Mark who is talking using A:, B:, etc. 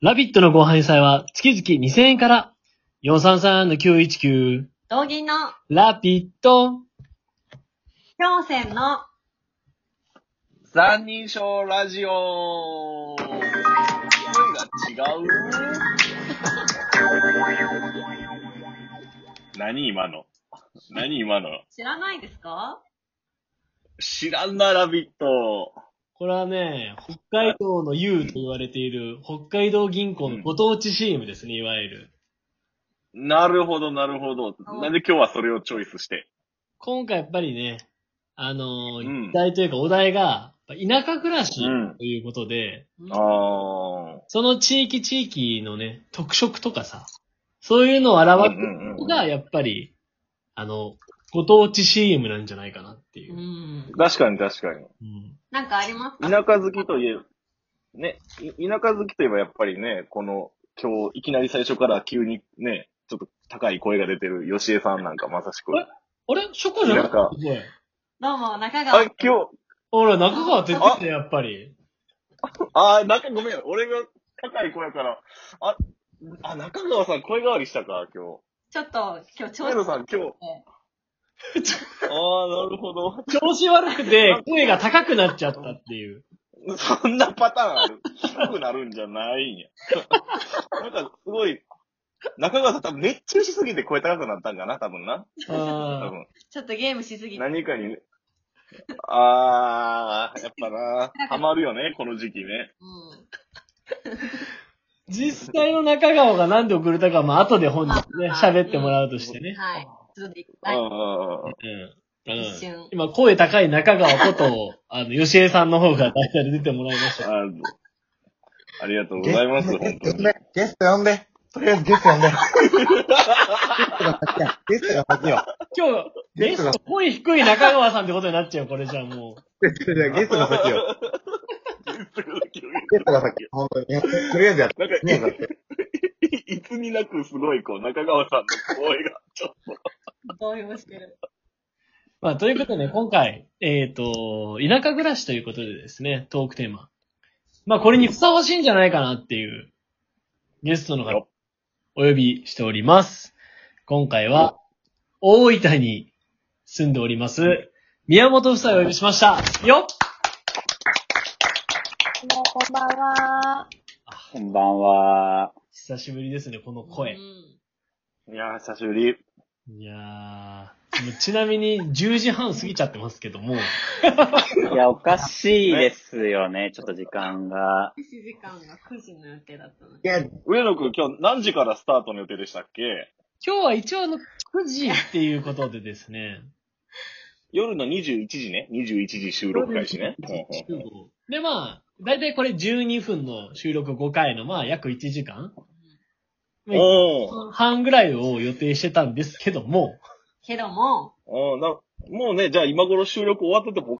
A: ラビットのご飯祭は月々2000円から、433-919、
B: 道銀の
A: ラビット。
B: 氷泉の
C: 三人称ラジオ声が違う 何今の何今の
B: 知らないですか
C: 知らんな、ラビット
A: これはね、北海道の U と言われている、北海道銀行のご当地 CM ですね、いわゆる。
C: なるほど、なるほど。なんで今日はそれをチョイスして。
A: 今回やっぱりね、あの
C: う
A: ー、
C: ん
A: 一体というかお題が、やっぱ田舎暮らし
C: うん
A: ということで、
C: あー。
A: その地域地域のね、特色とかさ、そういうのを表すのが、やっぱり、あの、ご当地 CM なんじゃないかなっていうう。
B: ん。
C: 確かに確かに。
A: うん
B: なんかありますか
C: 田舎好きといえば、ね、い田舎好きといえばやっぱりね、この、今日、いきなり最初から急にね、ちょっと高い声が出てる吉江さんなんかまさしく。
A: えあれショコじゃなかったすごい
B: どうも、中
C: あ
B: 川。、
C: 今日、
A: ほら、中川哲也だよやっぱり。
C: あー、中、ごめん、俺が高い声やから、あ、あ、中川さん声変わりしたか、今
B: ちょっと、今日
C: 日。
B: 調
C: 上野
B: 子
C: さん、今日。あー、なるほど。
A: 調子悪くて、声が高くなっちゃったっていう。
C: そんなパターンある。低くなるんじゃないんや。なんか、すごい、中川さん多分熱中しすぎて声高くなったんかな、多分な。多
A: あー
C: 分。
B: ちょっとゲームしすぎて。
C: 何かにね、あー、やっぱな、ハマるよね、この時期ね。
B: うん。
A: 実際の中川が何で遅れたかは、まあ、後で本人ね、喋ってもらうとしてね。
B: はい。ちょっとで
C: う
B: はい。
C: んうん
A: うん。
B: 一瞬
A: 今、声高い中川こと、あの、吉江さんの方が代打で出てもらいました。
C: うん。あありがとうございます、
D: ゲス
C: 本
D: ト
C: 当
D: 呼ん
C: に。
D: で、ゲスト呼んで、とりあえずゲスト呼んで。ゲストが先や。
A: 今日、ゲスト声低い中川さんってことになっちゃう、これじゃあもう。
D: ゲストが先よ。ゲストが先よ。ゲストが先。本当に。とりあえずやって。
C: なん
D: ねえ
C: か、 いつになくすごい、こう、中川さんの声が、ちょっ
B: 動揺してる。
A: まあ、ということで、今回、えっ、と、田舎暮らしということでですね、トークテーマ。まあ、これにふさわしいんじゃないかなっていう、ゲストの方、お呼びしております。今回は、大分に住んでおります、宮本夫妻をお呼びしました。よっ
B: こんばんは。
E: こんばんは。
A: 久しぶりですね、この声
B: う。ん
C: と。いやー、久しぶり。
A: いやー、もうちなみに10時半過ぎちゃってますけども、
E: いや、おかしいですよね、ちょっと時間が。
B: 開始時間が9時の予定だったの
D: い
B: で。
D: や、
C: 上野くん、今日何時からスタートの予定でしたっけ
A: 今日は一応あの9時っていうことでですね、
C: 夜の21時ね。21時収録開始ね。うんうんうん
A: で、まあ、だいたいこれ12分の収録5回の、まあ、約1時間まあ
C: おー
A: 半ぐらいを予定してたんですけども、
B: けども、
C: おーなもうね、じゃあ今頃収録終わっててもお